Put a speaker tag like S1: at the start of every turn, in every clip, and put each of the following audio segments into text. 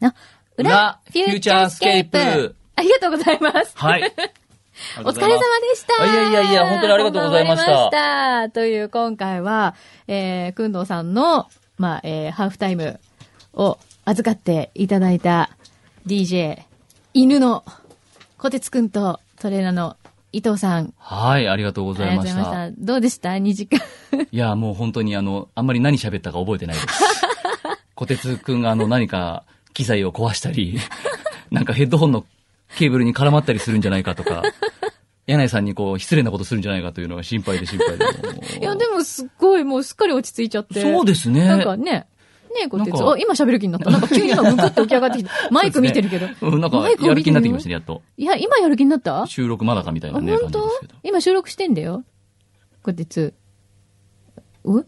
S1: ザ・フューチャースケープ。
S2: ありがとうござい ます。
S1: はい。
S2: お疲れ様でした。
S1: いやいやいや本当にありがとうございました
S2: こんばんはありがとうございましたという、今回は、えー、くんどうさんの、まあ、えー、ハーフタイムを預かっていただいた DJ、犬の小鉄くんとトレーナーの伊藤さん。
S1: はい、ありがとうご
S2: あ
S1: ざいました。い
S2: りがとうございました。どうでした ?2 時間。
S1: や、もう本当にあの、あんまり何喋ったか覚え てないです。小鉄くんがあの、何か機材を壊したり、 なんかヘッドホンのケーブルに絡まったりするんじゃないかとか、柳井さんにこう、失礼なことするんじゃないかというのが心配で心配で。
S2: いや、でもすっごいもうすっかり落ち着いちゃって。
S1: そうですね。
S2: なんかね、ねこうやって
S1: なんか
S2: あ、今喋る気になった。なんか急に今向かって起き上が ってきて、マイク見てるけど。
S1: うんなんか
S2: マイ、クを
S1: や
S2: 見
S1: る
S2: てる
S1: 気に
S2: よ
S1: なってきましたね、やっと。
S2: いや、今やる気になったあ、
S1: 収録まだかみたいな
S2: 本
S1: ね、感じ
S2: 当
S1: ですけど。
S2: 今収録してんだよ。こてつ。う
S1: おうん
S2: う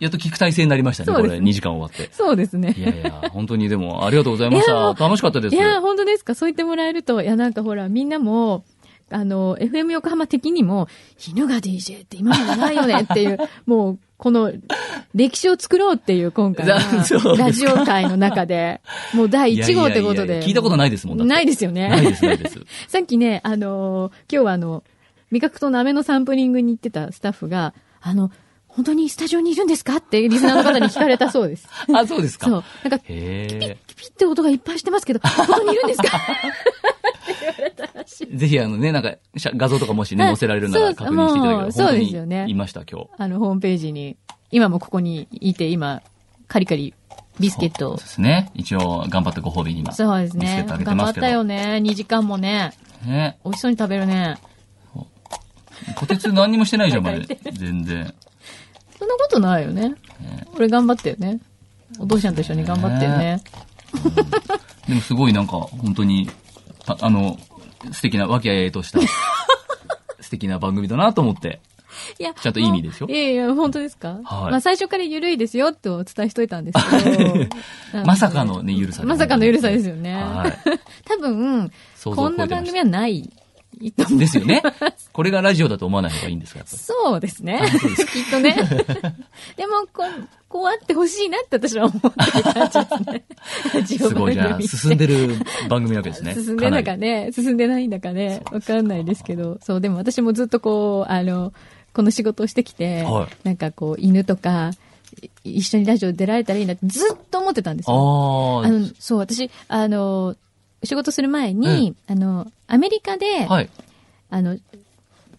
S1: やっと聞く体制になりましたね、
S2: そう
S1: こ
S2: です
S1: れ。
S2: ね
S1: 2時間終わって。
S2: そうですね。
S1: いやいや、本当にでも、ありがとうございまし
S2: いやも
S1: た
S2: う。
S1: 楽しかったです。
S2: いや、本当ですか。そう言ってもらえると、いや、なんかほら、みんなも、あの、FM 横浜的にも、犬が DJ って今までないよ ねっていう、もう、この、歴史を作ろうっていう、今回は
S1: そうです、か
S2: ラジオ界の中で、もう第1号ってこと
S1: いやいやいやい
S2: で。
S1: や聞いたことないですもんだって
S2: ないですよね。
S1: ないです、ないです。
S2: さっきね、あのー今日はあの、味覚と舐めのサンプリングに行ってたスタッフが、あの、本当にスタジオにいるんですかってリスナーの方に聞かれたそうです。
S1: あ、そうですか。
S2: そう。なんか、ピ
S1: へ
S2: ッピッって音がいっぱいしてますけど、本当にいるんですか
S1: え。ぜひ、あのね、なんか、写画像とかもしね、
S2: はい
S1: 載せられるな
S2: そう
S1: ら確認していただけれ
S2: もう
S1: ば、
S2: そうですよね
S1: いました、今日。
S2: あの、ホームページに、今もここにいて、今、カリカリ、ビスケット
S1: そう
S2: を
S1: で。すね。一応、頑張ってご褒美に今。
S2: そうです
S1: ビスケッ
S2: ね。
S1: トあげて
S2: 頑張
S1: ます
S2: っ
S1: け
S2: たよ
S1: ど。
S2: ね。2時間もね。
S1: ね。
S2: 美味しそうに食べるね。
S1: こてつ何にもしてないじゃん、まだ。全然。
S2: そんなことないよね。俺頑張ったよね。お父ちゃんと一緒に頑張ったよね
S1: ねでもすごいなんか、本当に、ああの、素敵な、和気あいあい とした、素敵な番組だなと思って。
S2: いや、
S1: ちゃんといい意味ですよ
S2: いやいや、本当ですか
S1: はい。
S2: まあ最初から緩いですよってお伝えしといたんですけど
S1: まさかのね、ゆるさ で
S2: まさかの緩さですよね。
S1: はい。
S2: 多分、
S1: 想像を
S2: こ
S1: 超
S2: んな
S1: えてました
S2: 番組はない。と思う
S1: ですよね。 これがラジオだと思わない方がいいんですか、やっ ぱり
S2: そうですね。 きっとね。でも、こう、こうあってほしいなって私は思ってる感じですね。
S1: すごい、じゃあ、進んでる番組なわけですね。
S2: 進んでんだ
S1: か
S2: かね、進んでないんだかね、わかんないですけど、そう、でも私もずっとこう、あの、この仕事をしてきて、
S1: はい
S2: なんかこう、犬とか、い一緒にラジオ出られたらいいなってずっと思ってたんです
S1: あ
S2: よ。
S1: あ
S2: あの、そう、私、あの、仕事する前に、あの、アメリカで、
S1: はい。
S2: あの、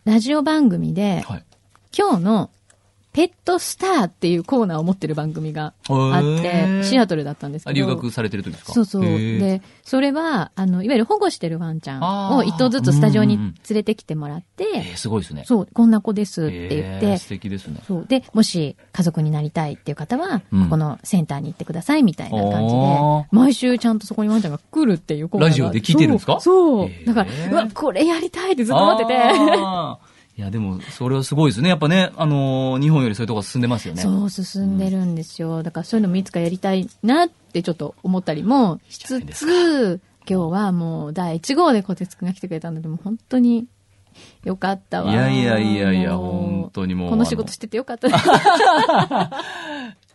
S2: ラジオ番組で、
S1: はい。
S2: 今日の、ペットスターっていうコーナーを持ってる番組があっ
S1: へ
S2: て、
S1: ー
S2: シアトルだったんですけ
S1: あ
S2: ど。
S1: 留学されてる時ですか
S2: そうそう。
S1: へー
S2: で、それは、あの、いわゆる保護してるワンちゃんを
S1: あー
S2: 一頭ずつスタジオに
S1: うんうんう
S2: 連
S1: ん
S2: れてきてもらって、
S1: えーすごいですね。
S2: そう、こんな子ですって言って、
S1: えー素敵ですね。
S2: そう。で、もし家族になりたいっていう方は、
S1: うん
S2: ここのセンターに行ってくださいみたいな感じで
S1: あ、
S2: 毎週ちゃんとそこにワンちゃんが来るっていうコーナーが
S1: ラジオで聞いてるんですか
S2: そう。そう
S1: へー
S2: だから、うわ、これやりたいってずっと思ってて。
S1: あーいや、でも、それはすごいですね。やっぱね、あのー日本よりそういうとこ進んでますよね。
S2: そう、進んでるんですよ。だからそういうのもいつかやりたいなってちょっと思ったりもし
S1: いいじゃ
S2: つ
S1: ないです
S2: つ、今日はもう第1号で小鉄くんが来てくれたので、もう本当によかったわ。
S1: いやいやいやいや
S2: もう
S1: 本当にもう
S2: この仕
S1: あの
S2: 事しててよ かったです。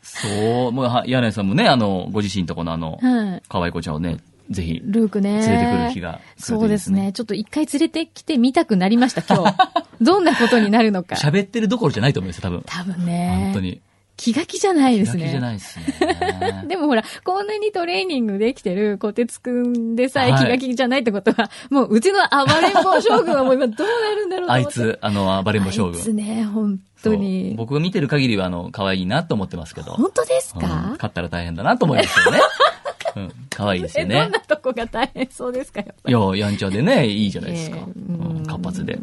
S1: そう。もうは、柳井さんもね、あの、ご自身とこのあの、
S2: はい。
S1: 可愛い子ちゃんをね、ぜひ、
S2: ルークね。
S1: 連れてくる日が来る
S2: そ
S1: というい
S2: で
S1: ですす
S2: ね。
S1: ね
S2: ちょっと一回連れてきてみたくなりました、 今日。どんなことになるのか。
S1: 喋ってるどころじゃないと思いますよ、多分。
S2: 多分ね。
S1: 本当。に。
S2: 気が気じゃないです
S1: 気が気じゃ
S2: ね。
S1: ないですね。
S2: でもほら、こんなにトレーニングできてる小鉄くんでさえ
S1: はい
S2: 気が気じゃないってことは、もううちの暴れん坊将軍はもう今どうなるんだろうと
S1: あ
S2: 思
S1: い
S2: って。
S1: つ、あの、暴れん坊将
S2: あい
S1: 軍。
S2: つね、本当
S1: そう
S2: に。
S1: 僕が見てる限りは、あの、可愛いなと思ってますけど。
S2: 本当です
S1: うん
S2: か、
S1: 勝ったら大変だなと思います よね。うん。可愛いです
S2: え、
S1: よ
S2: ど
S1: ね
S2: ん。なとこが大変そうですかやっぱ
S1: い
S2: り。
S1: や、やんちゃでね、いいじゃないですか。
S2: ええ
S1: うん活発で。
S2: は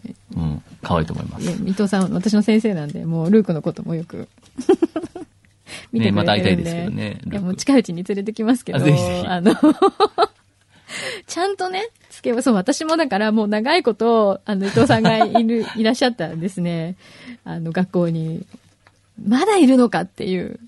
S2: い。
S1: うん。可愛いと思いま
S2: いや
S1: す。
S2: 伊藤さん、私の先生なんで、もうルークのこともよく見てくれてるんで。
S1: ねまた会いたいですけどねルーク
S2: いや、もう近いうちに連れてきますけど、
S1: あぜひぜひ
S2: あの、 ちゃんとね、つけば、そう、私もだからもう長いこと、あの、伊藤さんがい る、いらっしゃったんですね。あの、学校に。まだいるのかっていう。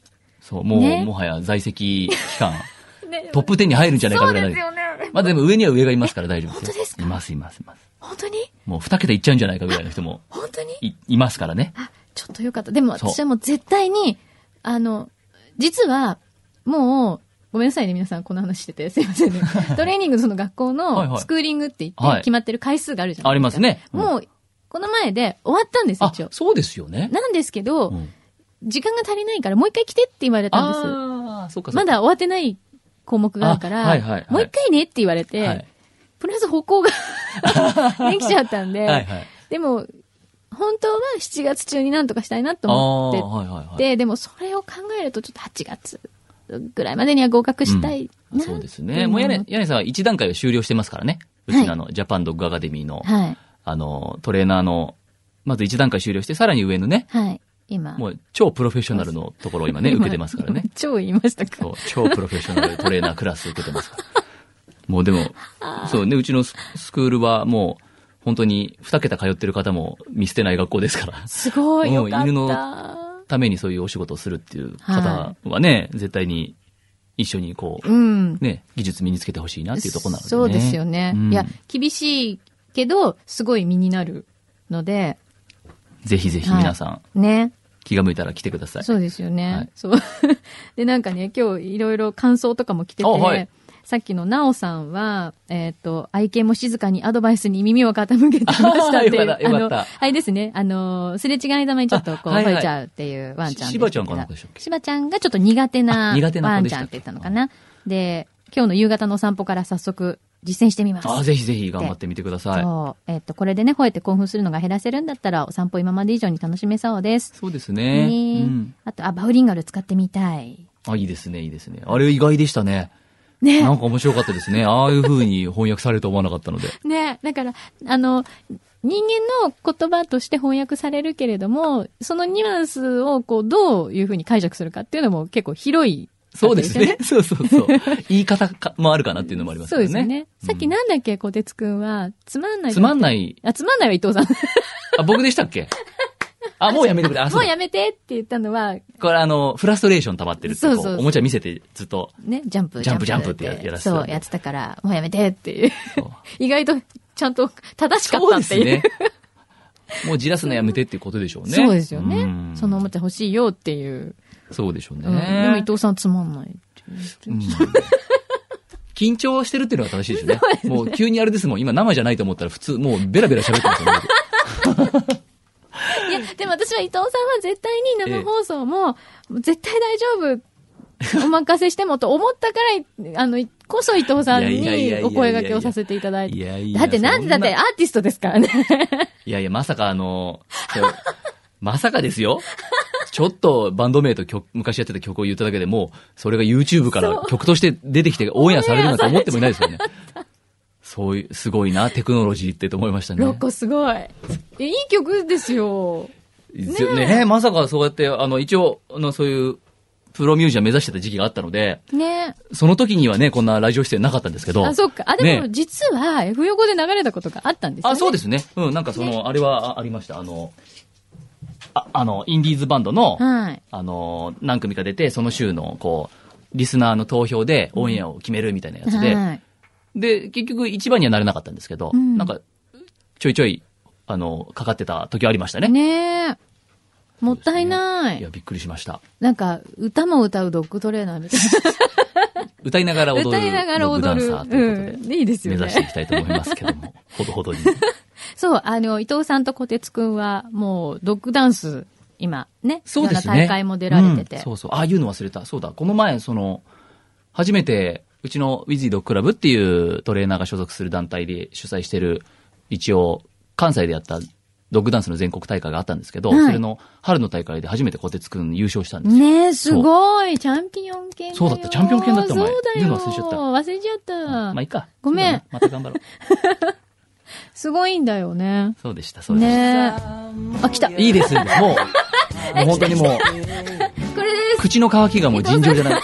S1: そう、もう、
S2: ね
S1: もはや在籍期間、
S2: ね、
S1: トップ10に入るんじゃないかぐらい。
S2: そうですよね
S1: まあでも上には上がいますから大丈夫です
S2: 本
S1: よ。
S2: 当ですか
S1: います、います、います。
S2: 本当に
S1: もう二桁いっちゃうんじゃないかぐらいの人も
S2: 本当に
S1: い、いますからね。
S2: あ、ちょっとよかった。でも
S1: そう
S2: 私はもう絶対に、あの、実は、もう、ごめんなさいね、皆さん、この話してて。すいません ね。トレーニングのその学校
S1: はいは
S2: の
S1: い
S2: スクーリングって言
S1: は
S2: って、
S1: い
S2: 決まってる回数があるじゃな
S1: あ
S2: い
S1: り
S2: で
S1: ますす
S2: か。
S1: ね。うん
S2: もう、この前で終わったんです、
S1: あ
S2: 一応、。
S1: そうですよね。
S2: なんですけど、
S1: うん
S2: 時間が足りないからもう一回来てって言われたんです。
S1: ああ、そうかそうか。
S2: まだ終わってない項目があるから、
S1: あはいはいはい
S2: もう一回ねって言われて、
S1: はい
S2: プラス歩行が できちゃったんで、
S1: はいはい。
S2: でも、本当は7月中になんとかしたいなと
S1: あ
S2: 思って
S1: あ、はいはいはい。
S2: で、でもそれを考えるとちょっと8月ぐらいまでには合格したいな、
S1: そうですね。もう
S2: ね
S1: 柳柳井さんは一段階は終了してますからね。うちのあの、ジャパンドッグアカデミーの、
S2: はい。
S1: あの、トレーナーの、まず一段階終了して、さらに上のね、
S2: はい。今。
S1: もう超プロフェッショナルのところを今ね、受けてますからね。。
S2: 超言いましたか
S1: そう、超プロフェッショナルトレーナークラス受けてますから。もうでも、そうね、うちのススクールはもう、本当に2桁通ってる方も見捨てない学校ですから。
S2: すごい、
S1: も
S2: よ
S1: う
S2: かった。
S1: 犬のためにそういうお仕事をするっていう方はね、絶対に一緒にこう、
S2: うん。
S1: ね、技術身につけてほしいなっていうところなのでね。
S2: そうですよね。
S1: うん
S2: いや、厳しいけど、すごい身になるので、
S1: ぜひぜひ皆さん、
S2: ね。
S1: 気が向いたら来てください。
S2: そうですよね。
S1: はい
S2: そう。 で、なんかね、今日いろいろ感想とかも来てて、
S1: あはい
S2: さっきのなおさんは、えっ、と、愛犬も静かにアドバイスに耳を傾けてましたってい
S1: あーよ
S2: う。
S1: かったよかった
S2: あの、あれですね、あの、すれ違いざまにちょっとこう、
S1: あはいはい
S2: 吠えちゃうっていうワンちゃんですけど。
S1: ししばちゃんかなんかでしたっけ
S2: しばちゃんがちょっと苦手な
S1: あ苦手な
S2: ワ
S1: 子
S2: ン
S1: で
S2: ち
S1: した
S2: ゃ
S1: っ
S2: ん
S1: け
S2: って言ったのかな。で、今日の夕方の散歩から早速実践してみます。
S1: あぜひぜひ頑張ってみてください。
S2: そう。えっと、これでね、吠えて興奮するのが減らせるんだったら、お散歩今まで以上に楽しめそうです。
S1: そうですね。
S2: ね
S1: うん。
S2: あと、あ、バウリンガル使ってみたい。
S1: あ、いいですね、いいですね。あれ意外でしたね。
S2: ね
S1: なんか面白かった ですね。ああいう風に翻訳されると思わなかったので。
S2: ねだから、あの、人間の言葉として翻訳されるけれども、そのニュアンスをこう、どういうふうに解釈するかっていうのも結構広い。
S1: そうですね。。そうそうそう。言い方かもあるかなっていうのもあります
S2: そ
S1: よ
S2: う
S1: ね。
S2: ですよね。さっき
S1: うん
S2: なんだっけ、小鉄くんは、つまんない。
S1: つまん
S2: い。
S1: ない。
S2: あ、つまんないは伊藤さん。
S1: あ、僕でしたっ けあ、もうやめてくれ。あ、
S2: も
S1: そう
S2: う
S1: だ
S2: やめてって言ったのは、
S1: これあの、フラストレーション溜まってるってこう
S2: そうそうそう
S1: おもちゃ見せてずっと。
S2: ね、ジャンプ、
S1: ジャンプジャンプってやらせてた
S2: そう、やってたから、もうやめてっていう。
S1: そう
S2: 意外と、ちゃんと正しかっ
S1: そう
S2: た
S1: で
S2: って
S1: す
S2: いう。
S1: ね。もうじらすのやめてっていうことでしょうね。
S2: そうですよね
S1: ん。
S2: そのおもちゃ欲しいよっていう。
S1: そうでしょうね。
S2: うんでも伊藤さんつまんないって言って
S1: うん緊張してるっていうのが正しいですね。もう急にあれですもん。今生じゃないと思ったら普通、もうベラベラ喋ってますよね。
S2: いや、でも私は伊藤さんは絶対に生放送も、絶対大丈夫、お任せしてもと思ったから、あの、こそ伊藤さん
S1: いやいやいやいや
S2: に
S1: いや
S2: お声掛けをさせていただい
S1: い
S2: て。
S1: やいや。
S2: だってなんでだってアー
S1: そ
S2: ティストですからね。
S1: いやいや、まさかあの、そうまさかですよ。ちょっとバンド名と曲、昔やってた曲を言っただけでもう、それが YouTube から曲として出てきてオンエアされるなんて思ってもいないですよね。そういう、すごいな、テクノロジーってと思いましたね。
S2: ロコすごい。えいい曲ですよ。
S1: ですよねねまさかそうやって、あの、一応、あの、そういう、プロミュージシャン目指してた時期があったので、
S2: ね
S1: その時にはね、こんなラジオ出演なかったんですけど。
S2: あ、そっか。あ、でも
S1: ね、
S2: 実は、F 横で流れたことがあったんですよ、ね。
S1: あ、そう
S2: で
S1: ですね。うん、なんかその、あれはあありました。あの、ああの、インディーズバンドの、
S2: はい。
S1: あの、何組か出て、その週の、こう、リスナーの投票でオンエアを決めるみたいなやつで、
S2: はい。
S1: で、結局一番にはなれなかったんですけど、
S2: うん
S1: なんか、ちょいちょい、あの、かかってた時はありましたね。
S2: ねえ。もったいない。
S1: いや、びっくりしました。
S2: なんか、歌も歌うドッグトレーナーみたいな。
S1: 歌いながら 踊る、
S2: 歌いながら踊る。
S1: ロックダンサーということで、
S2: ん、いいです
S1: 目
S2: よ
S1: 指してい
S2: ね。
S1: きたいと思いますけ ども、ほどほどに。
S2: そう、あの、伊藤さんと小鉄くんは、もう、ドッグダンス、今、ね。
S1: そうですね。
S2: なんか大会も出られてて。
S1: うんそうそう。ああいうの忘れた。そうだ。この前、その、初めて、うちのウィズイドクラブっていうトレーナーが所属する団体で主催してる、一応、関西でやったドッグダンスの全国大会があったんですけど、
S2: はい
S1: それの春の大会で初めて小鉄くん優勝したんですよ。
S2: ねえ、すごいチャンピオン犬よ
S1: そうだったチャンピオン犬だったお前
S2: そうだ
S1: 言う
S2: よ
S1: の忘れちゃった
S2: 忘れちゃった。
S1: まあいいか。
S2: ごめん
S1: そうだねまた頑張ろう。
S2: すごいんだよね。
S1: そうでした、そうでし
S2: ねえ。あ、来た。
S1: た。いい です、いいですもう、もう本当にもう、
S2: これです。
S1: 口の渇きがもう尋常じゃない。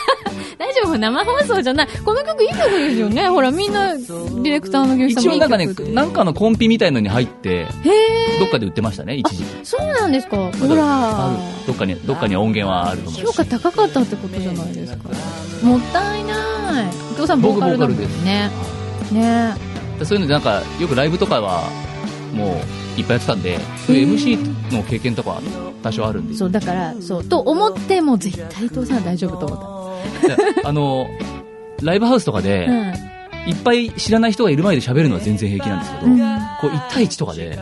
S2: 大丈夫生放送じゃない。この曲いい曲ですよね。ほら、みんな、ディレクターの牛さん
S1: 一
S2: も
S1: 応
S2: いい
S1: なん
S2: 曲
S1: かね、なんかのコンピみたいのに入って、
S2: へえ。
S1: どっかで売ってましたね、一時期。
S2: そうなんですか。ほら。
S1: あるどっかに、どっかに音源はあると思う
S2: 評価高かったってことじゃないですか。もったいない。伊藤さん、ボーカルだもん
S1: 僕ボーカ
S2: ね。ね
S1: そういうのでなんかよくライブとかはもういっぱいやってたんでそういう MC の経験とかは多少あるんで
S2: そう、だから、そう、と思っても絶対伊藤さんは大丈夫と思っ
S1: であのライブハウスとかで、
S2: うん。
S1: いっぱい知らない人がいる前で喋るのは全然平気なんですけど、
S2: うん
S1: こう1対1とかで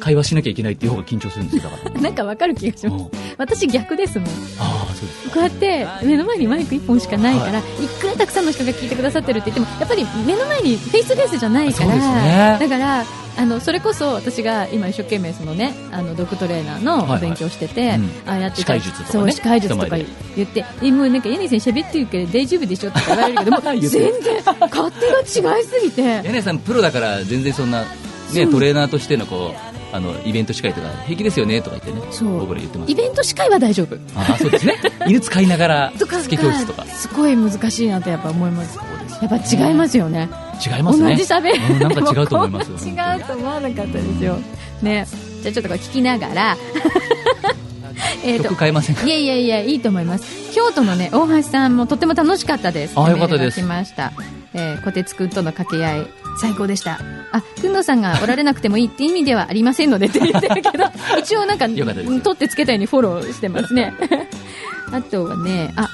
S1: 会話しなきゃいけないっていう方が緊張するんですよ、だから。
S2: なんかわかる気がします。
S1: うん
S2: 私逆ですもん。
S1: ああ、そうです。
S2: こうやって目の前にマイク1本しかないから、い、くらたくさんの人が聞いてくださってるって言ってもやっぱり目の前にフェイスフェイスじゃないから、
S1: そうですね
S2: だからあのそれこそ私が今一生懸命そのねあのドッグトレーナー
S1: はいは
S2: の
S1: い
S2: 勉強してて、
S1: うん
S2: ああやって
S1: 歯科医術とかね
S2: そう歯科医術とか
S1: 人前で
S2: 言ってえもうなんか柳井さん喋ってるけど大丈夫でしょって言われるけど も
S1: 言
S2: 全
S1: って
S2: 然勝手が違いすぎて
S1: 柳井さん、プロだから全然そんな、ね、トレーナーとしてのこう、あの、イベント司会とか平気ですよねとか言ってね、
S2: そう
S1: 僕ら言ってます
S2: イ。ベント司会は大丈夫
S1: ああ、そうです ね。犬使いながら、
S2: とか
S1: スケ教室とか。
S2: すごい難しいなとやっぱ思いますやっぱ違いますよね
S1: 違いますね。
S2: 同じ喋
S1: う
S2: れ
S1: んなんか違うと思いますよ。
S2: 違
S1: 本
S2: うと思わなかったですよねじゃあちょっとこれ聞きながら
S1: 当
S2: え
S1: に
S2: ーと
S1: 曲変えませんか
S2: いやいやいやいいと思います京都のね大橋さんもとても楽しかったです
S1: あよかったです
S2: メールが来ましたえー、小鉄くんとの掛け合い最高でしたあくんのさんがおられなくてもいいって意味ではありませんのでって言ってるけ ど一応なんか
S1: よかったです
S2: 取ってつけたようにフォローしてますねあとはねあ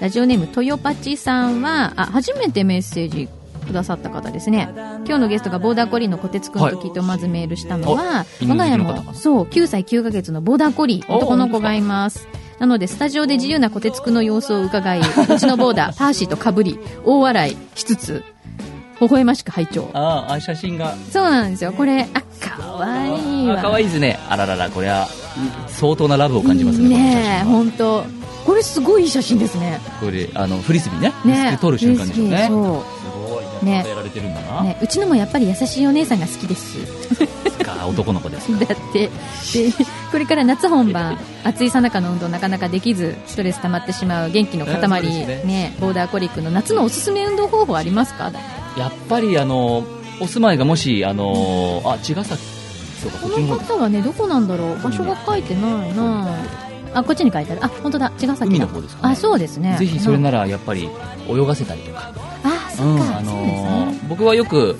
S2: ラジオネーム豊八さんはあ初めてメッセージくださった方ですね今日のゲストがボーダーコリーの小鉄くんと聞いて思わずメールしたのは、
S1: い
S2: 我が家
S1: 犬好きの方か
S2: も
S1: な
S2: そう9歳9ヶ月のボーダーコリー
S1: お
S2: 男の子がいますなのでスタジオで自由な小鉄くんの様子を 伺いうちのボーダーパーシーとかぶり大笑いしつつ微笑ましく拝聴
S1: あーあ、写真が。
S2: そうなんですよこれあかわいいわ
S1: あ可愛いですね。あららら、これは、相当なラブを感じますね、
S2: ねえ
S1: この写真は
S2: 本当これすごいいい写真ですね
S1: これ、あの、フリスビーね。フリスビ
S2: ね
S1: ー取る瞬間ですよ
S2: 大
S1: ね。す
S2: 好
S1: ごい。
S2: ね
S1: やっぱやられてるんだ
S2: きそう、
S1: な。
S2: ね、うちのもやっぱり優しいお姉さんが好きですし
S1: か男の子ですか
S2: だってでこれから夏本 番暑いさなかの運動なかなかできずストレス溜まってしまう元気の塊
S1: あそうで
S2: ね
S1: すね
S2: ボーダーコリックの夏のおすすめ運動方法ありますか
S1: やっぱりあのお住まいがもしあのあ茅ヶ崎そうか
S2: こ
S1: こっちの
S2: の
S1: 方
S2: 方はねどこなんだろう場所が書いてないなあこっちに書いてあるあ本当だ茅ヶ崎
S1: 海
S2: だ
S1: の方ですかね
S2: あそうですね
S1: ぜひそれ
S2: な
S1: ならやっぱり泳がせたりとか、
S2: あ
S1: う
S2: そっ
S1: ん
S2: か、そう
S1: あ
S2: です
S1: の
S2: ね
S1: 僕はよく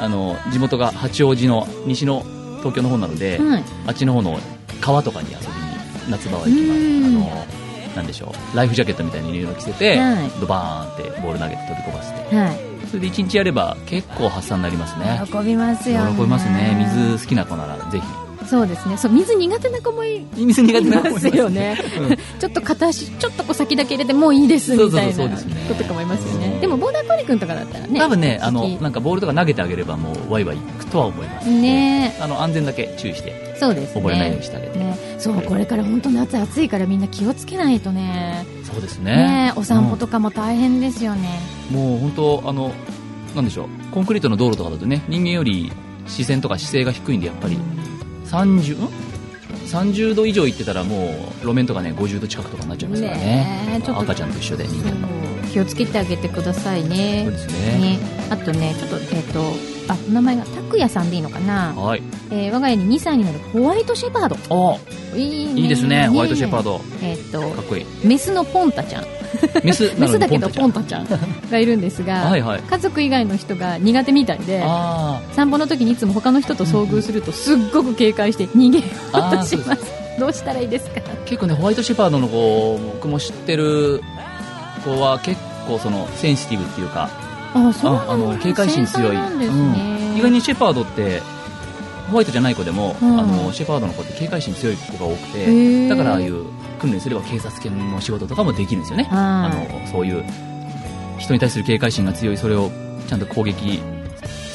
S1: あの地元が八王子の西の東京の方なので、
S2: はい
S1: あっちの方の川とかに遊びに夏場は行きます
S2: うん
S1: あのなんでしょうライフジャケットみたいな色々着せて、
S2: はい
S1: ドバーンってボール投げて飛び込ませて
S2: はい
S1: それで一日やれば結構発散になりますね
S2: 喜びます
S1: 喜
S2: よね
S1: びますね水好きな子ならぜひ
S2: そうですねそう水苦手な子もい
S1: 水苦手な子い
S2: ますよね
S1: うん
S2: ちょっと片足ちょっとこう先だけ入れてもういいです
S1: そう
S2: み
S1: そう
S2: た
S1: そう
S2: いな
S1: そうですね
S2: ことかもいますよ
S1: う
S2: ね
S1: ん
S2: でもボーダーコリ君とかだったらね
S1: 多分ね、あ
S2: 好
S1: の
S2: き
S1: なんかボールとか投げてあげればもうワイワイいくとは思います
S2: ね
S1: あの安全だけ注意して
S2: そうですね
S1: 溺れないようにしてあげて、
S2: ね、そうこれから本当夏暑いからみんな気をつけないとね
S1: そうです
S2: ね
S1: ね
S2: お散歩とかも大変ですよね、
S1: うんもう本当あのなんでしょうコンクリートの道路とかだとね人間より視線とか姿勢が低いんでやっぱり30ん30度以上いってたらもう路面とかね50度近くとかになっちゃいますから
S2: ね
S1: ね
S2: えちょっと
S1: 赤ちゃんと一緒で人間の
S2: そう気をつけてあげてください
S1: そう
S2: ね
S1: です
S2: ね
S1: ね
S2: あとねちょっとえっ、とあお名前が拓也さんでいいのかな、
S1: はい
S2: えー我が家に2歳になるホワイトシェパード
S1: あ
S2: いいね
S1: いいですねホワイトシェパード
S2: えっ、
S1: かっ
S2: と
S1: こいい
S2: メスのポンタちゃん
S1: メス
S2: メ
S1: なの
S2: ス
S1: に
S2: だ
S1: ポ
S2: け
S1: ン
S2: ど
S1: タちゃ
S2: ポン
S1: ん
S2: タちゃんがいるんですが、
S1: はいはい
S2: 家族以外の人が苦手みたいで
S1: あ
S2: 散歩の時にいつも他の人と遭遇するとすっごく警戒して逃げよう
S1: あー
S2: としますどうしたらいいですか
S1: 結構ねホワイトシェパードの子僕も知ってる子は結構そのセンシティブっていうか
S2: あ
S1: ああの警戒心強い、
S2: なんです
S1: うん
S2: ね
S1: 意外にシェパードってホワイトじゃない子でも、
S2: うん
S1: あのシェパードの子って警戒心強い子が多く
S2: へ
S1: て
S2: ー
S1: だからああいう訓練すれば警察犬の仕事とかもできるんですよねあ
S2: は
S1: のそういう人に対する警戒心が強いそれをちゃんと攻撃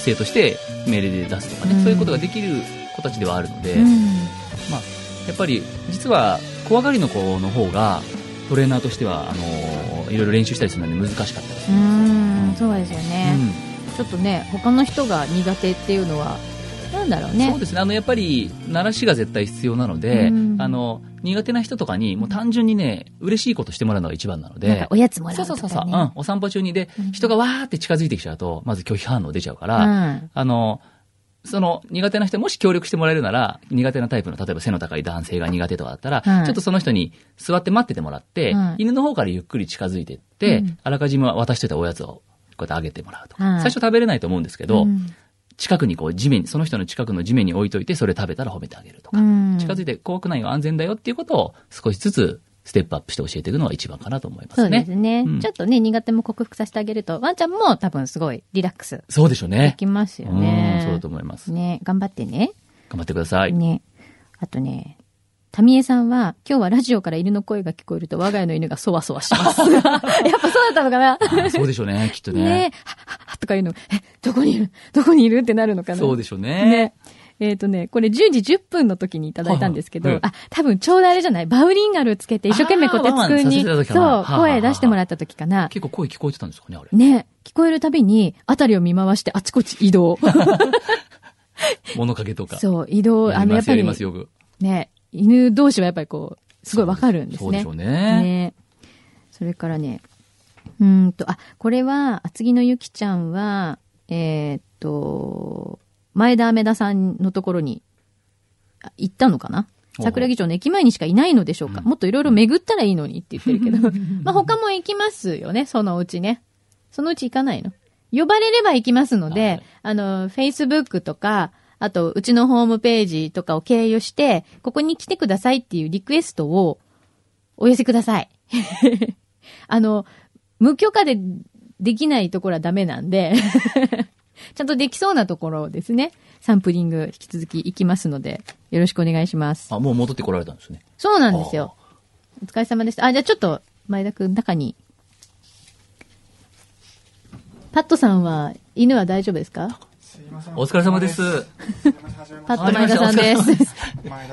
S1: 性として命令で出すとか
S2: う
S1: ね、
S2: ん
S1: そういうことができる子たちではあるので、
S2: いうん
S1: やっぱり実は怖がりの子の方がトレーナーとしてはあのーいろいろ練習したりするので難しかったです
S2: う
S1: ね、
S2: ーんそうですよね、
S1: う
S2: ちょっとね他の人が苦手っていうのはなんだろうんね
S1: そうですねあのやっぱり慣らしが絶対必要なので、
S2: うん
S1: あの苦手な人とかにもう単純にね嬉しいことしてもらうのが一番なの
S2: なんか
S1: で
S2: おやつもら
S1: そう
S2: う
S1: そう
S2: と
S1: そ
S2: か
S1: うそう、う
S2: ね
S1: ん、お散歩中にで
S2: うん
S1: 人がわーって近づいてきちゃうとまず拒否反応出ちゃうか
S2: う
S1: ら、
S2: ん
S1: あの、その苦手な人、もし協力してもらえるなら、苦手なタイプの、例えば背の高い男性が苦手とかだったら、
S2: はい
S1: ちょっとその人に座って待っててもらって、
S2: はい
S1: 犬の方からゆっくり近づいてって、
S2: うん
S1: あらかじめ渡しといたおやつを、こうやってあげてもらうとか、
S2: はい
S1: 最初食べれないと思うんですけど、
S2: うん
S1: 近くにこう地面に、その人の近くの地面に置いといて、それ食べたら褒めてあげるとか、
S2: うん
S1: 近づいて怖くないよ、安全だよっていうことを少しずつステップアップして教えていくのが一番かなと思いま
S2: そ
S1: す
S2: うで
S1: ね。
S2: すね、
S1: うん
S2: ちょっとね、苦手も克服させてあげると、ワンちゃんも多分すごいリラックス
S1: そうでしょう
S2: で
S1: ね。
S2: きますよね。
S1: うん、そうだと思います。
S2: ね、頑張ってね。
S1: 頑張ってくださ い。
S2: ね。あとね、タミエさんは、今日はラジオから犬の声が聞こえると我が家の犬がそわそわし ます。やっぱそうだったのかな
S1: あーそうでしょうね、きっとね。
S2: ねえ、はっはっはとか言うの、え、どこにいるどこにいるってなるのかな
S1: そうでしょうね。
S2: ね。えっ、とね、これ10時10分の時にいただいたんですけど、
S1: はいはい
S2: あ、多分ちょうどあれじゃないバウリンガルつけて一生懸命
S1: あー
S2: こてつくんに、
S1: ワンワンさせていただいた時か
S2: そう
S1: な、
S2: 声出してもらった時かな。
S1: 結構声聞こえてたんですかね、あれ。
S2: ね、聞こえるたびに、あたりを見回してあちこち移動。
S1: 物陰とか。
S2: そう、移動、
S1: や
S2: あ
S1: り
S2: の、や
S1: ま
S2: っ
S1: す
S2: ぱ
S1: よ、
S2: り
S1: やり、ますよ、よく。
S2: ね、犬同士はやっぱりこう、すごいわかるんですね。
S1: そうでしょうね。
S2: ね。それからね、うーんと、あ、これは、厚木のゆきちゃんは、えーっと、前田梅田さんのところにあ行ったのかな
S1: ほうほう
S2: 桜木町の駅前にしかいないのでしょうか、
S1: うん
S2: もっといろいろ巡ったらいいのにって言ってるけ ど。まあ他も行きますよね、そのうちね。そのうち行かないの。呼ばれれば行きますの
S1: は
S2: で
S1: い、
S2: あの、Facebook とか、あと、うちのホームページとかを経由して、ここに来てくださいっていうリクエストをお寄せください。 あの、無許可でできないところはダメなんで、 ちゃんとできそうなところをですね、サンプリング引き続き行きますので、よろしくお願いします。
S1: あ、もう戻ってこられたんですね。
S2: そうなんですよ。お疲れ様でした。あ、じゃあちょっと、前田くん、中に。パットさんは、犬は大丈夫ですか
S3: すいません
S1: お疲れ様です。
S2: パッ
S1: と
S2: ト前田さんです。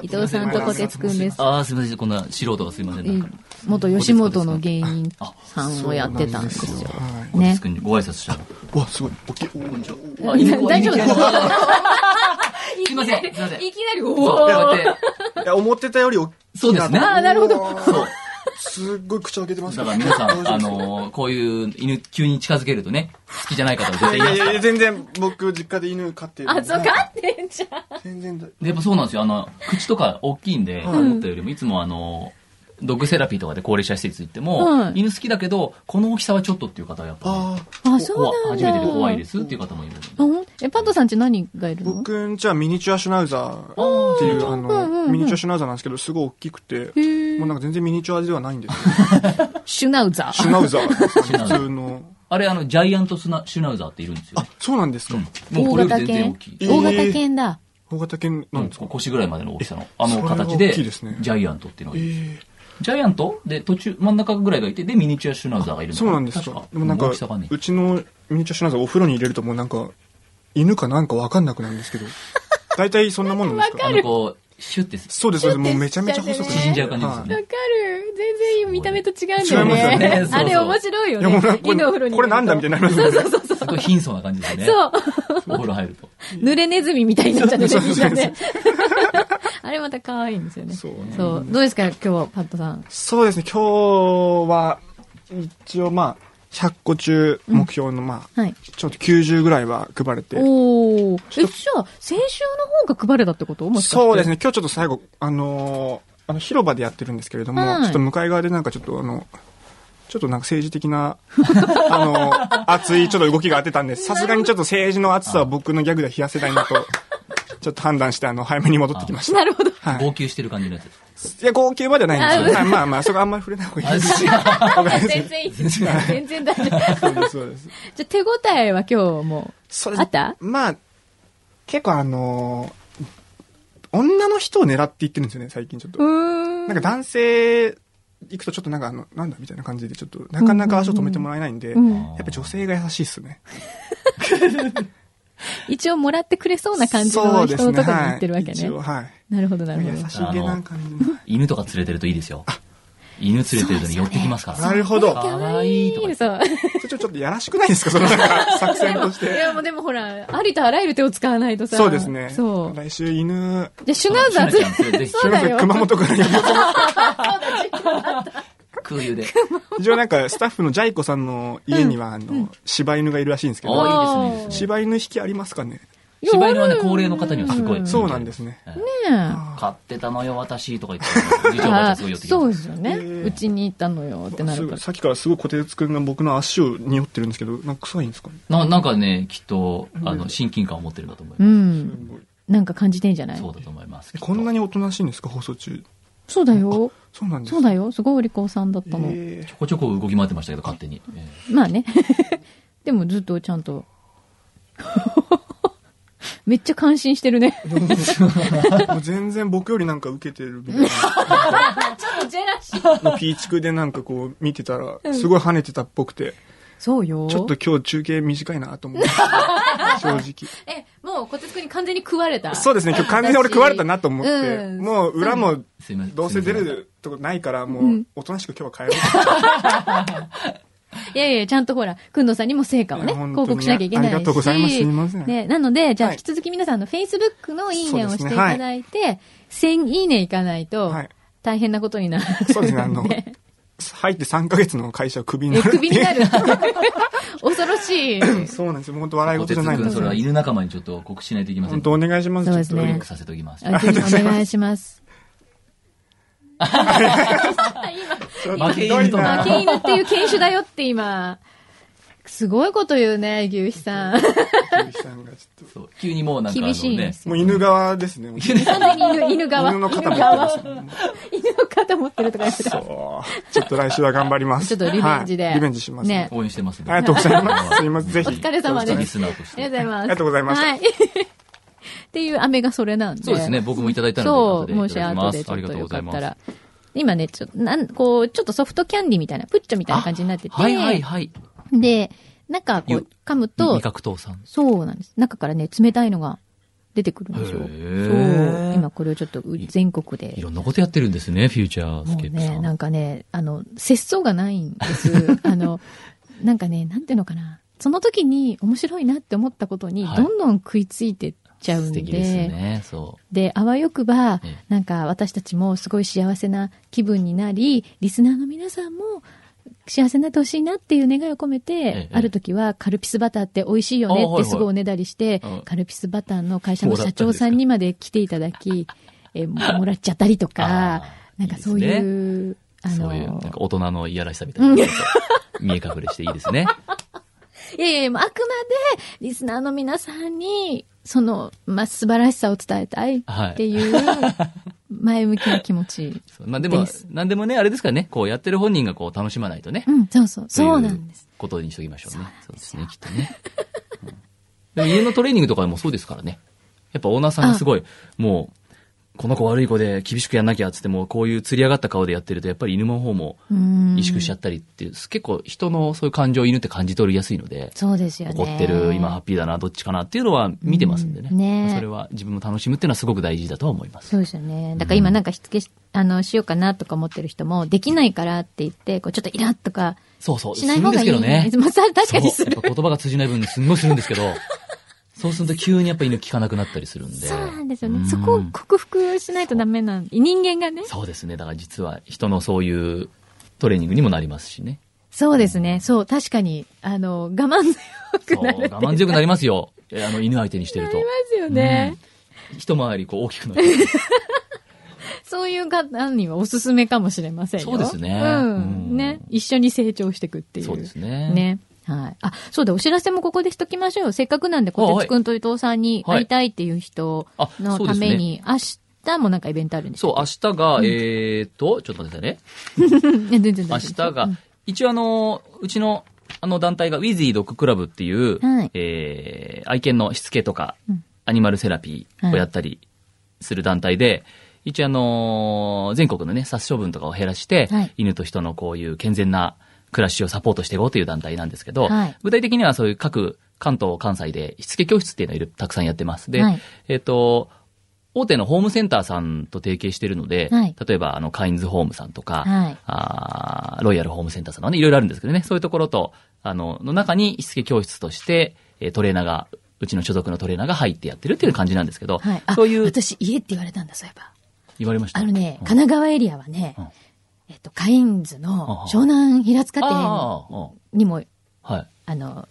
S2: 伊
S3: 伊
S2: 藤さんと小鉄くんです。
S1: ああ、すみません。こんな素人がすみません。なんか、
S2: 元吉本の芸人さんをやってたんですよ。
S3: は
S2: ね。
S1: 君にご挨拶したら。
S3: い。わ、すごい。大きい。おー
S1: あいい子
S2: 大丈夫ですか
S1: すいません。すみません。
S2: いきなり、
S1: そう
S2: お
S1: こう
S2: ー
S1: やって
S3: いや、思ってたより大きい。
S1: そうですね
S2: あーなるほど。
S1: そう。
S3: すっごい口開けてます
S1: だ
S3: ね
S1: か ら皆さ
S3: 大
S1: ん、
S3: 丈夫
S1: あのー、こういう犬急に近づけるとね、好きじゃない方は絶対い
S3: い
S1: ま
S3: や
S1: す
S3: い
S1: か
S3: やいや、
S1: ら。
S3: 全然僕、実家で犬飼ってるんで。
S2: あ、そう、勝ってんじゃん。
S3: 全然だ。
S1: でやっぱそうなんですよ。あの、口とか大きいんで、思ったよりも、いつもあのー、ドッグセラピーとかで高齢者施設行っても、
S2: うん
S1: 犬好きだけど、この大きさはちょっとっていう方はやっぱね、
S3: ああ。
S2: あ、そうなん
S1: 初
S2: だ。
S1: めてで怖いですっていう方もいるので。
S2: あ。ほんえ、パットさんち何がいるの
S3: 僕んちはミニチュアシュナウザーっていう、あ
S2: うんうんう
S3: の、
S2: ん
S3: ミニチュアシュナウザーなんですけど、すごい大きくて、
S2: ー
S3: もうなんか全然ミニチュアではないんですよ。
S2: シュナウザー。
S3: シュナウザーです ね
S1: シュナウザー
S3: 普通の。
S1: あれ、あの、ジャイアントスナシュナウザーっているんですよ
S3: あ
S1: ね。、
S3: そうなんですか。
S1: もうこれより全然
S2: 犬
S1: 大きい。
S3: え
S2: 大型犬だ。
S3: 大型犬なんですか。
S1: 腰ぐらいまでの大きさの、あ
S3: そ
S1: の
S3: れは
S1: 形で、
S3: 大き
S1: ジ
S3: いですね
S1: ャイアントっていうのがいる。
S3: え
S1: ジャイアントで、途中、真ん中ぐらいがいて、で、ミニチュアシュナウザーがい
S3: え
S1: るの
S3: そうなんです
S1: 確
S3: か
S1: か。。
S3: でもなんか
S1: 大きさがね、
S3: うちのミニチュアシュナウザーお風呂に入れるともうなんか、犬かなんかわかんなくなるんです けど、大体そんなもんなんですか
S1: あの、こう、シュッて す
S3: そうです、そうです。もうめちゃめちゃ細くて
S1: 縮んじゃう感じですよね
S2: わ。かる。全然見た目と違うんだ
S3: 違います
S2: よね
S3: よ
S1: ね。
S2: あれ
S1: そうそう
S2: 面白いよ
S3: いやもうな
S2: ね
S3: ん。かこ
S2: 犬のお風呂
S3: れ、
S2: に。
S3: これなんだみたいになりますね。
S1: すごい貧相な感じですよね。
S2: そう。
S1: お風呂入ると。
S2: 濡れネズミみたいになっちゃって
S3: そ
S2: ね
S3: うそう
S2: みん
S3: そ
S2: な
S3: う
S2: ね。 あれまた可愛いんですよね。
S3: そうね
S2: そう。どうですか、今日、パットさん。
S3: そうですね、今日は、一応まあ、100個中目標のまあ、
S2: はい。
S3: ちょっと90ぐらいは配れて。
S2: おお。え、
S3: ょ
S2: じ
S3: っと
S2: ゃあ、先週の方が配れたってこともしかして。
S3: そうです
S2: ね。
S3: ね、今日ちょっと最後、あのーあの広場でやってるんですけれども、
S2: はい
S3: ちょっと向かい側でなんかちょっとあの、ちょっとなんか政治的な、 あのー熱いちょっと動きがあってたんで、さすがにちょっと政治の熱さは僕のギャグでは冷やせない なと、ちょっと判断して、あの、早めに戻ってきました。
S2: なるほど。
S3: はい
S1: 号泣してる感じのやつです。
S3: いや、号泣まではないんですけど、はいまあまあ、そこあんまり触れない方がいいですし。わかりません
S2: 全然いいです。全然大丈夫。
S3: そうです、そうです。
S2: じゃあ、手応えは今日も
S3: そうれ
S2: あった
S3: まあ、結構あのー女の人を狙っていってるんですよね、最近ちょっ
S2: う。
S3: と。
S2: うー。
S3: なんんか男性行くとちょっとなんかあの、なんだみたいな感じで、ちょっとなかなか足を止めてもらえないんで、
S2: うん
S3: やっぱ女性が優しいっすね。
S2: 一応もらってくれそうな感じの人のとこに行ってるわけ
S3: はい、
S2: ね
S3: 一。応はい。
S2: なるほど、なるほど。
S3: 優しげな感じの。
S1: 犬とか連れてるといいですよ。犬連れてるとね、寄ってきますから。
S3: なるほど。
S1: かわいいとか言って。
S2: そう。
S3: ちょっとちょっとやらしくないですかそのなんか作戦と し
S2: い
S3: て。
S2: や、もうでもほら、ありとあらゆる手を使わないとさ。
S3: そうですね。
S2: そう。
S3: 来週犬、
S2: じゃあ、シュナウザー
S1: シュナちゃん
S2: 連
S1: 連
S2: れ
S1: れて
S2: そう
S3: すいま
S2: だ
S3: せん
S2: よ。
S3: 熊本から呼び 込ま
S1: 空輸で。
S3: 一応なんかスタッフのジャイコさんの家には、あの、柴犬がいるらしいんですけ
S1: お
S3: ど、
S1: ーいいですねいいですね。
S3: 柴犬引きありますかね
S2: いや
S1: 柴犬はね、高齢の方にはすごい。
S3: そうなんですね。
S1: え
S2: ね
S1: え。買ってたのよ、私、とか言って、おじいちゃんおばあちゃんすごい寄ってき
S2: そう
S1: ま。
S2: ですすよね
S3: え。ー
S2: うちに行ったのよってな
S3: す
S2: る
S3: ご
S2: か
S3: いさっきからすごい小鉄くんが僕の足を匂ってるんですけど、なんか臭いんですかね
S1: ななんかね、きっと、あの、親近感を持ってるんだと思い
S2: ら。う
S1: ま
S2: ん。なんか感じてんじゃな
S1: す。
S2: い
S1: そうだと思います。
S3: こんな
S1: に
S3: におとなしいんですか放送中。
S2: そうだよ。
S3: そうなんです
S2: そうだよ。すごいお利口さんだったの。
S3: え
S1: ちょこちょこ動き回ってましたけど、勝手に。ええ
S2: まあね。 でもずっとちゃんと。 めっちゃ感心してるね。
S3: ーもう全然僕よりなんか受けてるみたい
S2: ジェラシー。
S3: な。ピーチクでなんかこう見てたら、すごい跳ねてたっぽくて、
S2: そうよ。
S3: ちょっと今日中継短いな と思って、正直。
S2: え、もう、こてつくんに完全に食われた。
S3: そうですね、今日完全に俺食われたなと思って、
S2: うん
S3: もう裏も
S1: すいません
S3: どうせ出
S1: すいま
S3: るとこないから、もうおとなしく今日は帰ろうと
S2: いやいや、ちゃんとほら、くんのさんにも成果をね、
S3: いや本当
S2: 報
S3: に
S2: 告しなきゃいけないし。
S3: ありがとうございますすいません
S2: ね、なので、じゃあ
S3: はい
S2: 引き続き皆さん、の、Facebook のいいねを
S3: そう
S2: し
S3: です
S2: て
S3: ね
S2: いただいて、1000いいねいかないと
S3: はい、
S2: 大変なことになる。
S3: そうですね、あの、入って3ヶ月の会社をクビに
S2: え、
S3: なるって
S2: クビに
S3: い
S2: な
S3: う。
S2: る。恐ろしい。
S3: そうなんですよ、もう本当笑い
S1: 小
S3: 事
S1: 鉄
S3: じゃないんで
S1: 君、
S3: す
S1: それは犬仲間にちょっと告知しないといけません。
S3: 本当お願いします。
S2: そうです
S1: ド
S2: ね
S1: リンクさせておきます。
S2: あぜひお願いします。
S3: ちょっと
S1: 負け犬と
S2: 負
S1: な
S2: け犬っていう犬種だよって今。すごいこと言うね、牛肥さん。
S3: ゆきさんがちょっ
S1: そう急にもうなんかあの
S2: 厳しいんで
S1: ね
S2: す、
S3: ともう犬側ですね。
S2: 完全に犬、犬側。
S3: 犬の肩持ってますね。
S2: 犬の肩持ってるとか言ってた。
S3: そうちょっと来週は頑張ります。
S2: ちょっとリベンジで
S3: はいリベンジします。
S2: ね
S3: ね。
S1: 応援してますね。
S3: ありがとうございます。すいません、ぜひ。
S2: お疲れ様です
S1: リスナーとし
S2: ありが
S1: て。
S2: とうございます。
S3: ありがとうございました
S2: はい。 っていう飴がそれなんで。
S1: そうですね、。僕もいただいた
S2: そ
S1: の
S2: う、
S1: で、
S2: も
S1: 後
S2: し
S1: でいた
S2: 後
S1: だきま
S2: でち
S1: す。あ
S2: ょっ
S1: りが
S2: と
S1: とう
S2: よ
S1: ご
S2: か
S1: ざい
S2: っ
S1: ま
S2: た
S1: す。
S2: ら。今ね、ちょっと、なん、こう、ちょっとソフトキャンディみたいな、プッチョみたいな感じになってて。
S1: はいはいはい。
S2: で、中こう
S1: ゆ、
S2: 噛むと
S1: 味、覚糖さん。
S2: そうなんです。中からね、冷たいのが出てくるんですよ。
S1: へー
S2: そう。今これをちょっとう、全国で
S1: い。ろんなことやってるんですね、フューチャース
S2: も
S1: ケ
S2: う
S1: ープさ
S2: ね、
S1: ん。
S2: なんかね、あの、節操がないんです。 あの、なんかね、なんていうのかな。その時に面白いなって思ったことに、
S1: はい
S2: どんどん食いついてっちゃうん
S1: 素
S2: で。
S1: 敵ですね、そ
S2: で、あわよくば
S1: ええ、
S2: なんか私たちもすごい幸せな気分になり、リスナーの皆さんも幸せになってほしいなっていう願いを込めて、
S1: ええ
S2: ある時はカルピスバターって美味しいよね
S1: あはい
S2: っ
S1: はい
S2: てすごいおねだりして、
S1: うん
S2: カルピスバターの会社の社長さんにまで来ていただき、えーももらっちゃったりと
S1: あ
S2: か、
S1: ー
S2: なんかそういう、
S1: う。
S2: あの
S1: そういう、なん か大人のいやらしさみたいなのがちょっと見え隠れしていいです ね。
S2: いやいや、もうあくまで、リスナーの皆さんに、その、まあ、素晴らしさを伝えたいっていう、 前向きな気持ち。
S1: そうまあでも
S2: です、
S1: なんでもね、あれですからね、こうやってる本人がこう楽しまないとね
S2: う。ん、そうそう。そうなんです。。
S1: ことにしときましょうね。そうですね、きっとね。うんでも家のトレーニングとかでもそうですからね。やっぱオーナーさんがすごい、もう、この子悪い子で厳しくやんなきゃっつっても、こういう釣り上がった顔でやってると、やっぱり犬の方も
S2: 萎
S1: 萎縮しちゃったりっていう、結構人のそういう感情を犬って感じ取りやすいので、
S2: そうですよね。
S1: 怒ってる、今ハッピーだな、どっちかなっていうのは見てますんでね。
S2: うんね
S1: それは自分も楽しむっていうのはすごく大事だとは思います。
S2: そうですよね。だから今なんかしつけし、あの、しようかなとか思ってる人も、できないからって言って、こう、ちょっとイラッとか、
S1: そうそう。
S2: しない方がいい。
S1: するんですけど ね。
S2: まあさ確かにする
S1: そう。やっぱ言葉が通じない分、すんごいするんですけど、そうすると急にやっぱ犬聞かなくなったりするんで。
S2: そうなんですよ
S1: う
S2: ね。
S1: ん
S2: そこを克服しないとダメなん人間がね。
S1: そうですね。だから実は人のそういうトレーニングにもなりますしね。
S2: そうですね。そう、確かに、あの、我慢強
S1: そ
S2: く
S1: う。
S2: なるって。
S1: 我慢強くなりますよ。えあの、犬相手にしてる
S2: な
S1: と
S2: り。ますよね。
S1: 一回りこう大き くなる。
S2: そういう方にはおすすめかもしれませんよ。
S1: そうですね
S2: うん。
S1: うん
S2: ね。一緒に成長していくっていう。
S1: そうですね
S2: ね。はい。あ、そうだ、お知らせもここでしときましょうよ。せっかくなんで、こてつくんと伊藤さんに会いたいっていう人のために、明日もなんかイベントあるんです
S1: そう、明
S2: 日。
S1: 日が、えーっと、ちょっと待ってくださいね。
S2: うん 全然大丈夫
S1: 明
S2: です
S1: 日が、一応あの、うちの、あの団体が、ウィズイドッグクラブっていう、
S2: はい
S1: えー愛犬のしつけとか、
S2: うん
S1: アニマルセラピーをやったりする団体で、一応あのー全国のね、殺処分とかを減らして、
S2: はい
S1: 犬と人のこういう健全な暮らしをサポートしていこうという団体なんですけど、
S2: はい
S1: 具体的にはそういう各関東、関西でしつけ教室っていうのをいるたくさんやってます。で、
S2: はい
S1: えっ、と、大手のホームセンターさんと提携しているので、
S2: はい
S1: 例えばあのカインズホームさんとか、
S2: はい
S1: あーロイヤルホームセンターさんのね、いろいろあるんですけどね、そういうところと、あの、の中にしつけ教室として、えートレーナーが、うちの所属のトレーナーが入ってやってるっていう感じなんですけど、
S2: はい。あ
S1: そういう、
S2: 私、家って言われたんだ、そういえば。
S1: 言われました。
S2: あのね、
S1: う
S2: 神
S1: ん
S2: 奈川エリアはね
S1: うん、
S2: えっと、カインズの湘南平塚店
S1: あーうん
S2: にも、
S1: はい。
S2: あの、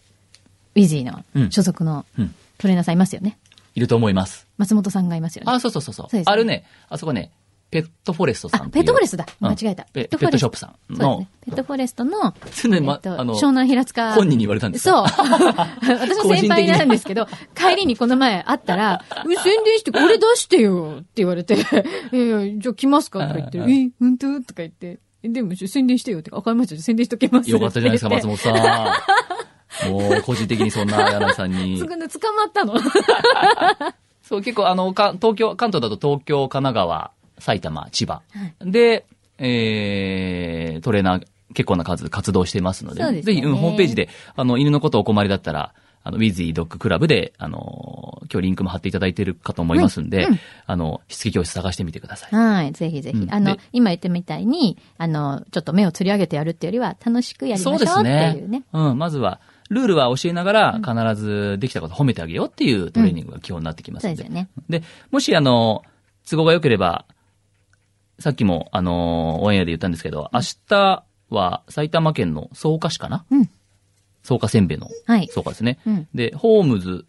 S2: ウィジーの所属の
S1: うん。
S2: トレーナーさんいますよね。
S1: いると思います。
S2: 松本さんがいますよね。
S1: あ、そうそうそうそう。
S2: そうですね
S1: あるね、あそこね、ペットフォレストさん
S2: あ
S1: っ、て
S2: ペ
S1: いう。
S2: ットフォレストだ。
S1: うん
S2: 間違えた。
S1: ペ
S2: フォ
S1: ペッ
S2: レ
S1: ト
S2: ス
S1: ショ
S2: ト
S1: ップさん
S2: そうです
S1: の
S2: ね、。ペットフォレストの、
S1: 常にま
S2: えっと
S1: あの
S2: 湘南平塚。
S1: 本人に言われたんです
S2: そう。
S1: か
S2: 私の
S1: 個
S2: 先
S1: 人的
S2: 輩
S1: に
S2: なんですけ ど、帰りにこの前会ったら、うん宣伝してこれ出してよって言われて、いやいや、じゃあ来ますかとか言って、
S1: うんうん
S2: え、本当とか言って、えでも宣伝してよって、わかりました、宣伝しときます。
S1: よかったじゃないですか、
S2: って
S1: 松本さ ん。もう、個人的にそんな柳井さん
S2: 言っ
S1: に
S2: て。すぐ捕まったの。
S1: そう、結構、あの、か東京、関東だと東京、神奈川、埼玉、千葉。で、えー、トレーナー、結構な数活動してますので、
S2: そうですよ
S1: ぜ
S2: ね
S1: ひ、うん、ホームページで、あの、犬のことお困りだったら、あの、ウィズイドッグクラブで、あの、今日リンクも貼っていただいてるかと思いますんで、
S2: うんうん
S1: あの、しつけ教室探してみてください。
S2: はい、ぜひぜひ。
S1: うん
S2: あの
S1: で、
S2: 今言ったみたいに、あの、ちょっと目を釣り上げてやるっていうよりは、楽しくやり
S1: そ
S2: ま
S1: う
S2: しょ
S1: で
S2: う
S1: す
S2: って
S1: ね。
S2: いうね。
S1: うん、まずは、ルールは教えながら、必ずできたこと褒めてあげようっていうトレーニングが基本になってきます
S2: そう
S1: の
S2: です
S1: で
S2: よ。ね。
S1: で、もし、あの、都合が良ければ、さっきも、あの、オンエアで言ったんですけど、明日は埼玉県の草加市かな
S2: うん
S1: 草加せんべいの
S2: はい
S1: 草加ですね。
S2: うん
S1: で、ホームズ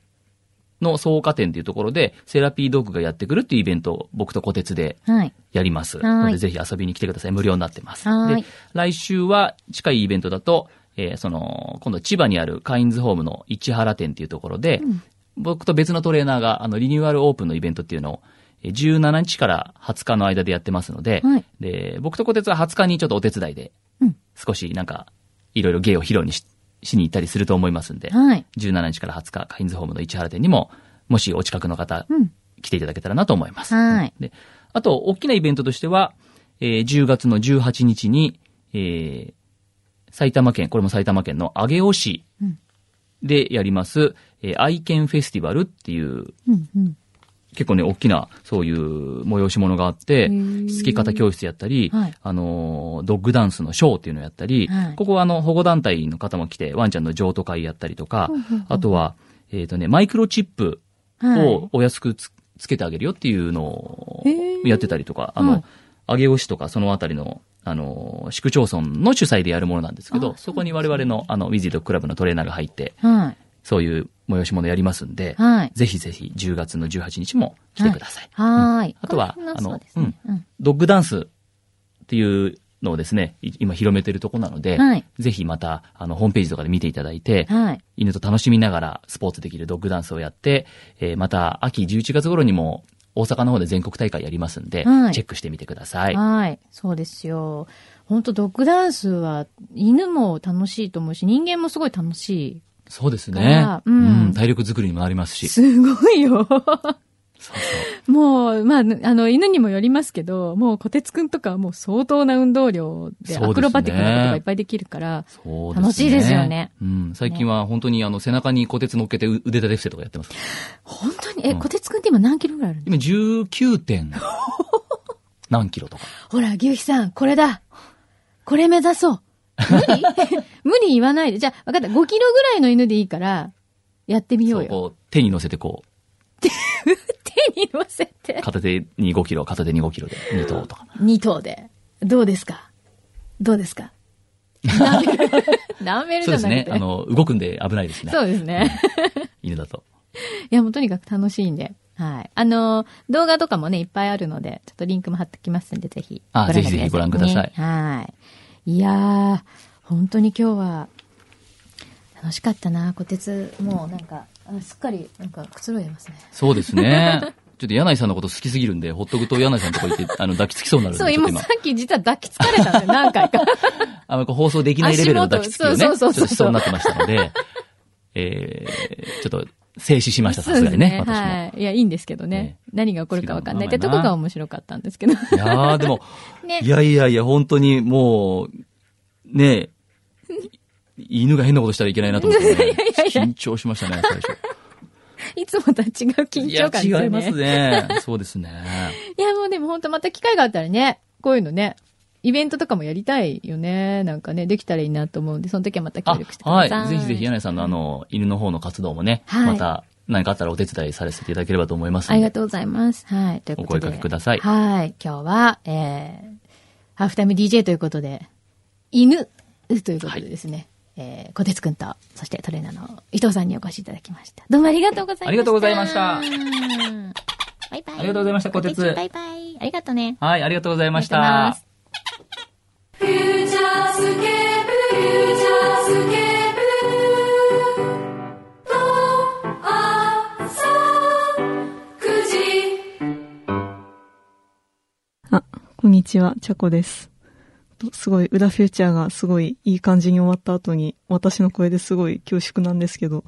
S1: の草加店っていうところで、セラピードッグがやってくるっていうイベントを僕と小鉄で
S2: はい。
S1: やります。
S2: はい
S1: ので、ぜひ遊びに来てください。無料になってます。
S2: はい
S1: で、来週は近いイベントだと、えーその、今度千葉にあるカインズホームの市原店っていうところで、僕と別のトレーナーが、あの、リニューアルオープンのイベントっていうのを、えー17日から20日の間でやってますので、
S2: はい
S1: で、僕と小鉄は20日にちょっとお手伝いで、
S2: うん
S1: 少しなんか、いろいろ芸を披露にししに行ったりすると思いますんで、
S2: はい。
S1: 17日から20日、カインズホームの市原店にも、もしお近くの方、
S2: うん。
S1: 来ていただけたらなと思います。
S2: はい
S1: で、あと、大きなイベントとしては、えー10月の18日に、えー埼玉県、これも埼玉県の上尾市
S2: うん
S1: でやります、えー愛犬フェスティバルっていう、
S2: うん。うん。
S1: 結構ね、大きな、そういう催し物があって、
S2: ー
S1: しつけ方教室やったり、
S2: はい
S1: あのー、ドッグダンスのショーっていうのをやったり、
S2: はい
S1: ここはあの、保護団体の方も来て、ワンちゃんの譲渡会やったりとか、あとは、えっ、とね、マイクロチップ
S2: はい
S1: を。お安くつつけてあげるよっていうのを
S2: へー
S1: やってたりとか、あ
S2: はい
S1: の、上尾市とかそのあたりの、あの、市区町村の主催でやるものなんですけど、そこに我々の、あの、ウィズイドクラブのトレーナーが入って、
S2: はい。
S1: そういう催し物やりますんで、
S2: はい。
S1: ぜひぜひ10月の18日も来てください。
S2: はーい。
S1: あとは
S2: これも
S1: あの
S2: そうですねうん。
S1: ドッグダンスっていうのをですね、い今広めてるとこなので、
S2: はい
S1: ぜひまた、あの、ホームページとかで見ていただいて、
S2: はい。
S1: 犬と楽しみながらスポーツできるドッグダンスをやって、えーまた秋11月頃にも大阪の方で全国大会やりますんで、
S2: はい
S1: チェックしてみてください。
S2: はい。そうですよ。本当ドッグダンスは、犬も楽しいと思うし、人間もすごい楽し
S1: そうです
S2: から
S1: ね、
S2: う
S1: うんん。体力作りにもなります
S2: い。
S1: し。そう
S2: すごいよ。
S1: そう
S2: もう、まあ、あの、犬にもよりますけど、もう、小鉄くんとかはもう相当な運動量で、
S1: そうですね
S2: アクロバティックなことがいっぱいできるから、
S1: そう
S2: 楽しいですよね。
S1: うん。最近は本当にあの背中に小鉄乗っけてう腕立て伏せとかやってます。
S2: 本当に、え、
S1: うん
S2: 小鉄くんって今何キロぐらいあるの
S1: 今19点 何キロとか。
S2: ほら、牛肥さん、これだ。これ目指そう。無理 無理言わないで。じゃあ、わかった。5キロぐらいの犬でいいから、やってみよ
S1: そうう、
S2: よ。
S1: こう手に乗せてこう、
S2: 手に乗せて。
S1: 片手に5キロ、片手に5キロで2頭とか。
S2: 2頭で。どうですかどうですかダメル。ダメル
S1: そ
S2: じ
S1: う
S2: ゃな
S1: で
S2: く
S1: す
S2: て。
S1: ね。あの、動くんで危ないですね。
S2: そうですね。
S1: 犬だと。
S2: いや、もうとにかく楽しいんで。はい。あのー、動画とかもね、いっぱいあるので、ちょっとリンクも貼ってきますんで、ぜひ。
S1: あ
S2: 覧ください
S1: ぜひぜひご覧ください
S2: はい。いやー、本当に今日は、楽しかったな、こてつ。もうなんか、あすっかり、なんか、くつろいでますね。
S1: そうですね。ちょっと柳井さんのこと好きすぎるんで、ほっとくと柳井さんのとこ 行って、あの、抱きつきそうになるんで、
S2: そう、
S1: ちょっと
S2: 今さっき実は抱きつかれたんで、何回か。
S1: あの、こう放送できないレベルの抱きつきをね、
S2: 足
S1: ちょ
S2: 元
S1: っ
S2: そうそうそうそう
S1: としそうになってましたので、えー、ちょっと、静止しました、さすがにね、私も。
S2: はい。いや、いいんですけどね。何が起こるかわかんないって
S1: 好き
S2: と
S1: な
S2: こ
S1: ものは
S2: が
S1: な
S2: 面白かったんですけど。
S1: いやー、でも、
S2: ね
S1: いやいやいや、本当にもう、ねえ、い犬が変なことしたらいけないなと思 って、ね、緊張しましたね、最初。
S2: いつもとは違う緊
S1: い
S2: 張
S1: や
S2: 感ですよね。
S1: 違いますね。そうですね。
S2: いや、もうでも本当また機会があったらね、こういうのね、イベントとかもやりたいよね。なんかね、できたらいいなと思うんで、その時はまた協
S1: あ
S2: 力してくだ
S1: は
S2: さい。
S1: い。ぜひぜひ、柳井さんのあの、犬の方の活動もね、
S2: はい
S1: また何かあったらお手伝いさせていただければと思います
S2: あ
S1: の
S2: り
S1: で
S2: がとうございます。はい。ということで。
S1: お声掛けください
S2: はい。今日は、えー、ハーフタイム DJ ということで、犬ということでですね、えー、小鉄くんと、そしてトレーナーの伊藤さんにお越しいただきました。どうもありがとうございました。
S1: ありがとうございました
S2: うんバイバイ。
S1: ありがとうございました小鉄
S2: バイバイ。ありがとね。
S1: はい、ありがとうございまし
S2: ありがとうござい
S1: た
S2: ます。
S4: フューチャースケープ、フューチャースケープ、と、あ、さ、くじ。
S5: あ、こんにちは、チャコです。とすごい、裏フューチャーがすごいいい感じに終わった後に、私の声ですごい恐縮なんですけど、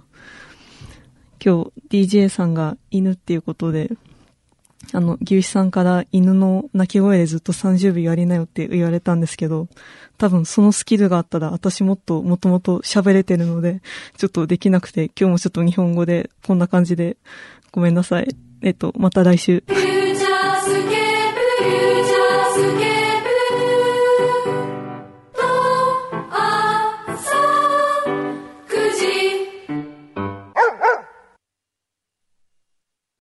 S5: 今日 DJ さんが犬っていうことで、あの、牛さんから犬の鳴き声でずっと30秒やりなよって言われたんですけど、多分そのスキルがあったら私もっともともと喋れてるので、ちょっとできなくて、今日もちょっと日本語でこんな感じでごめんなさい。えっと、また来週。
S4: フューチャー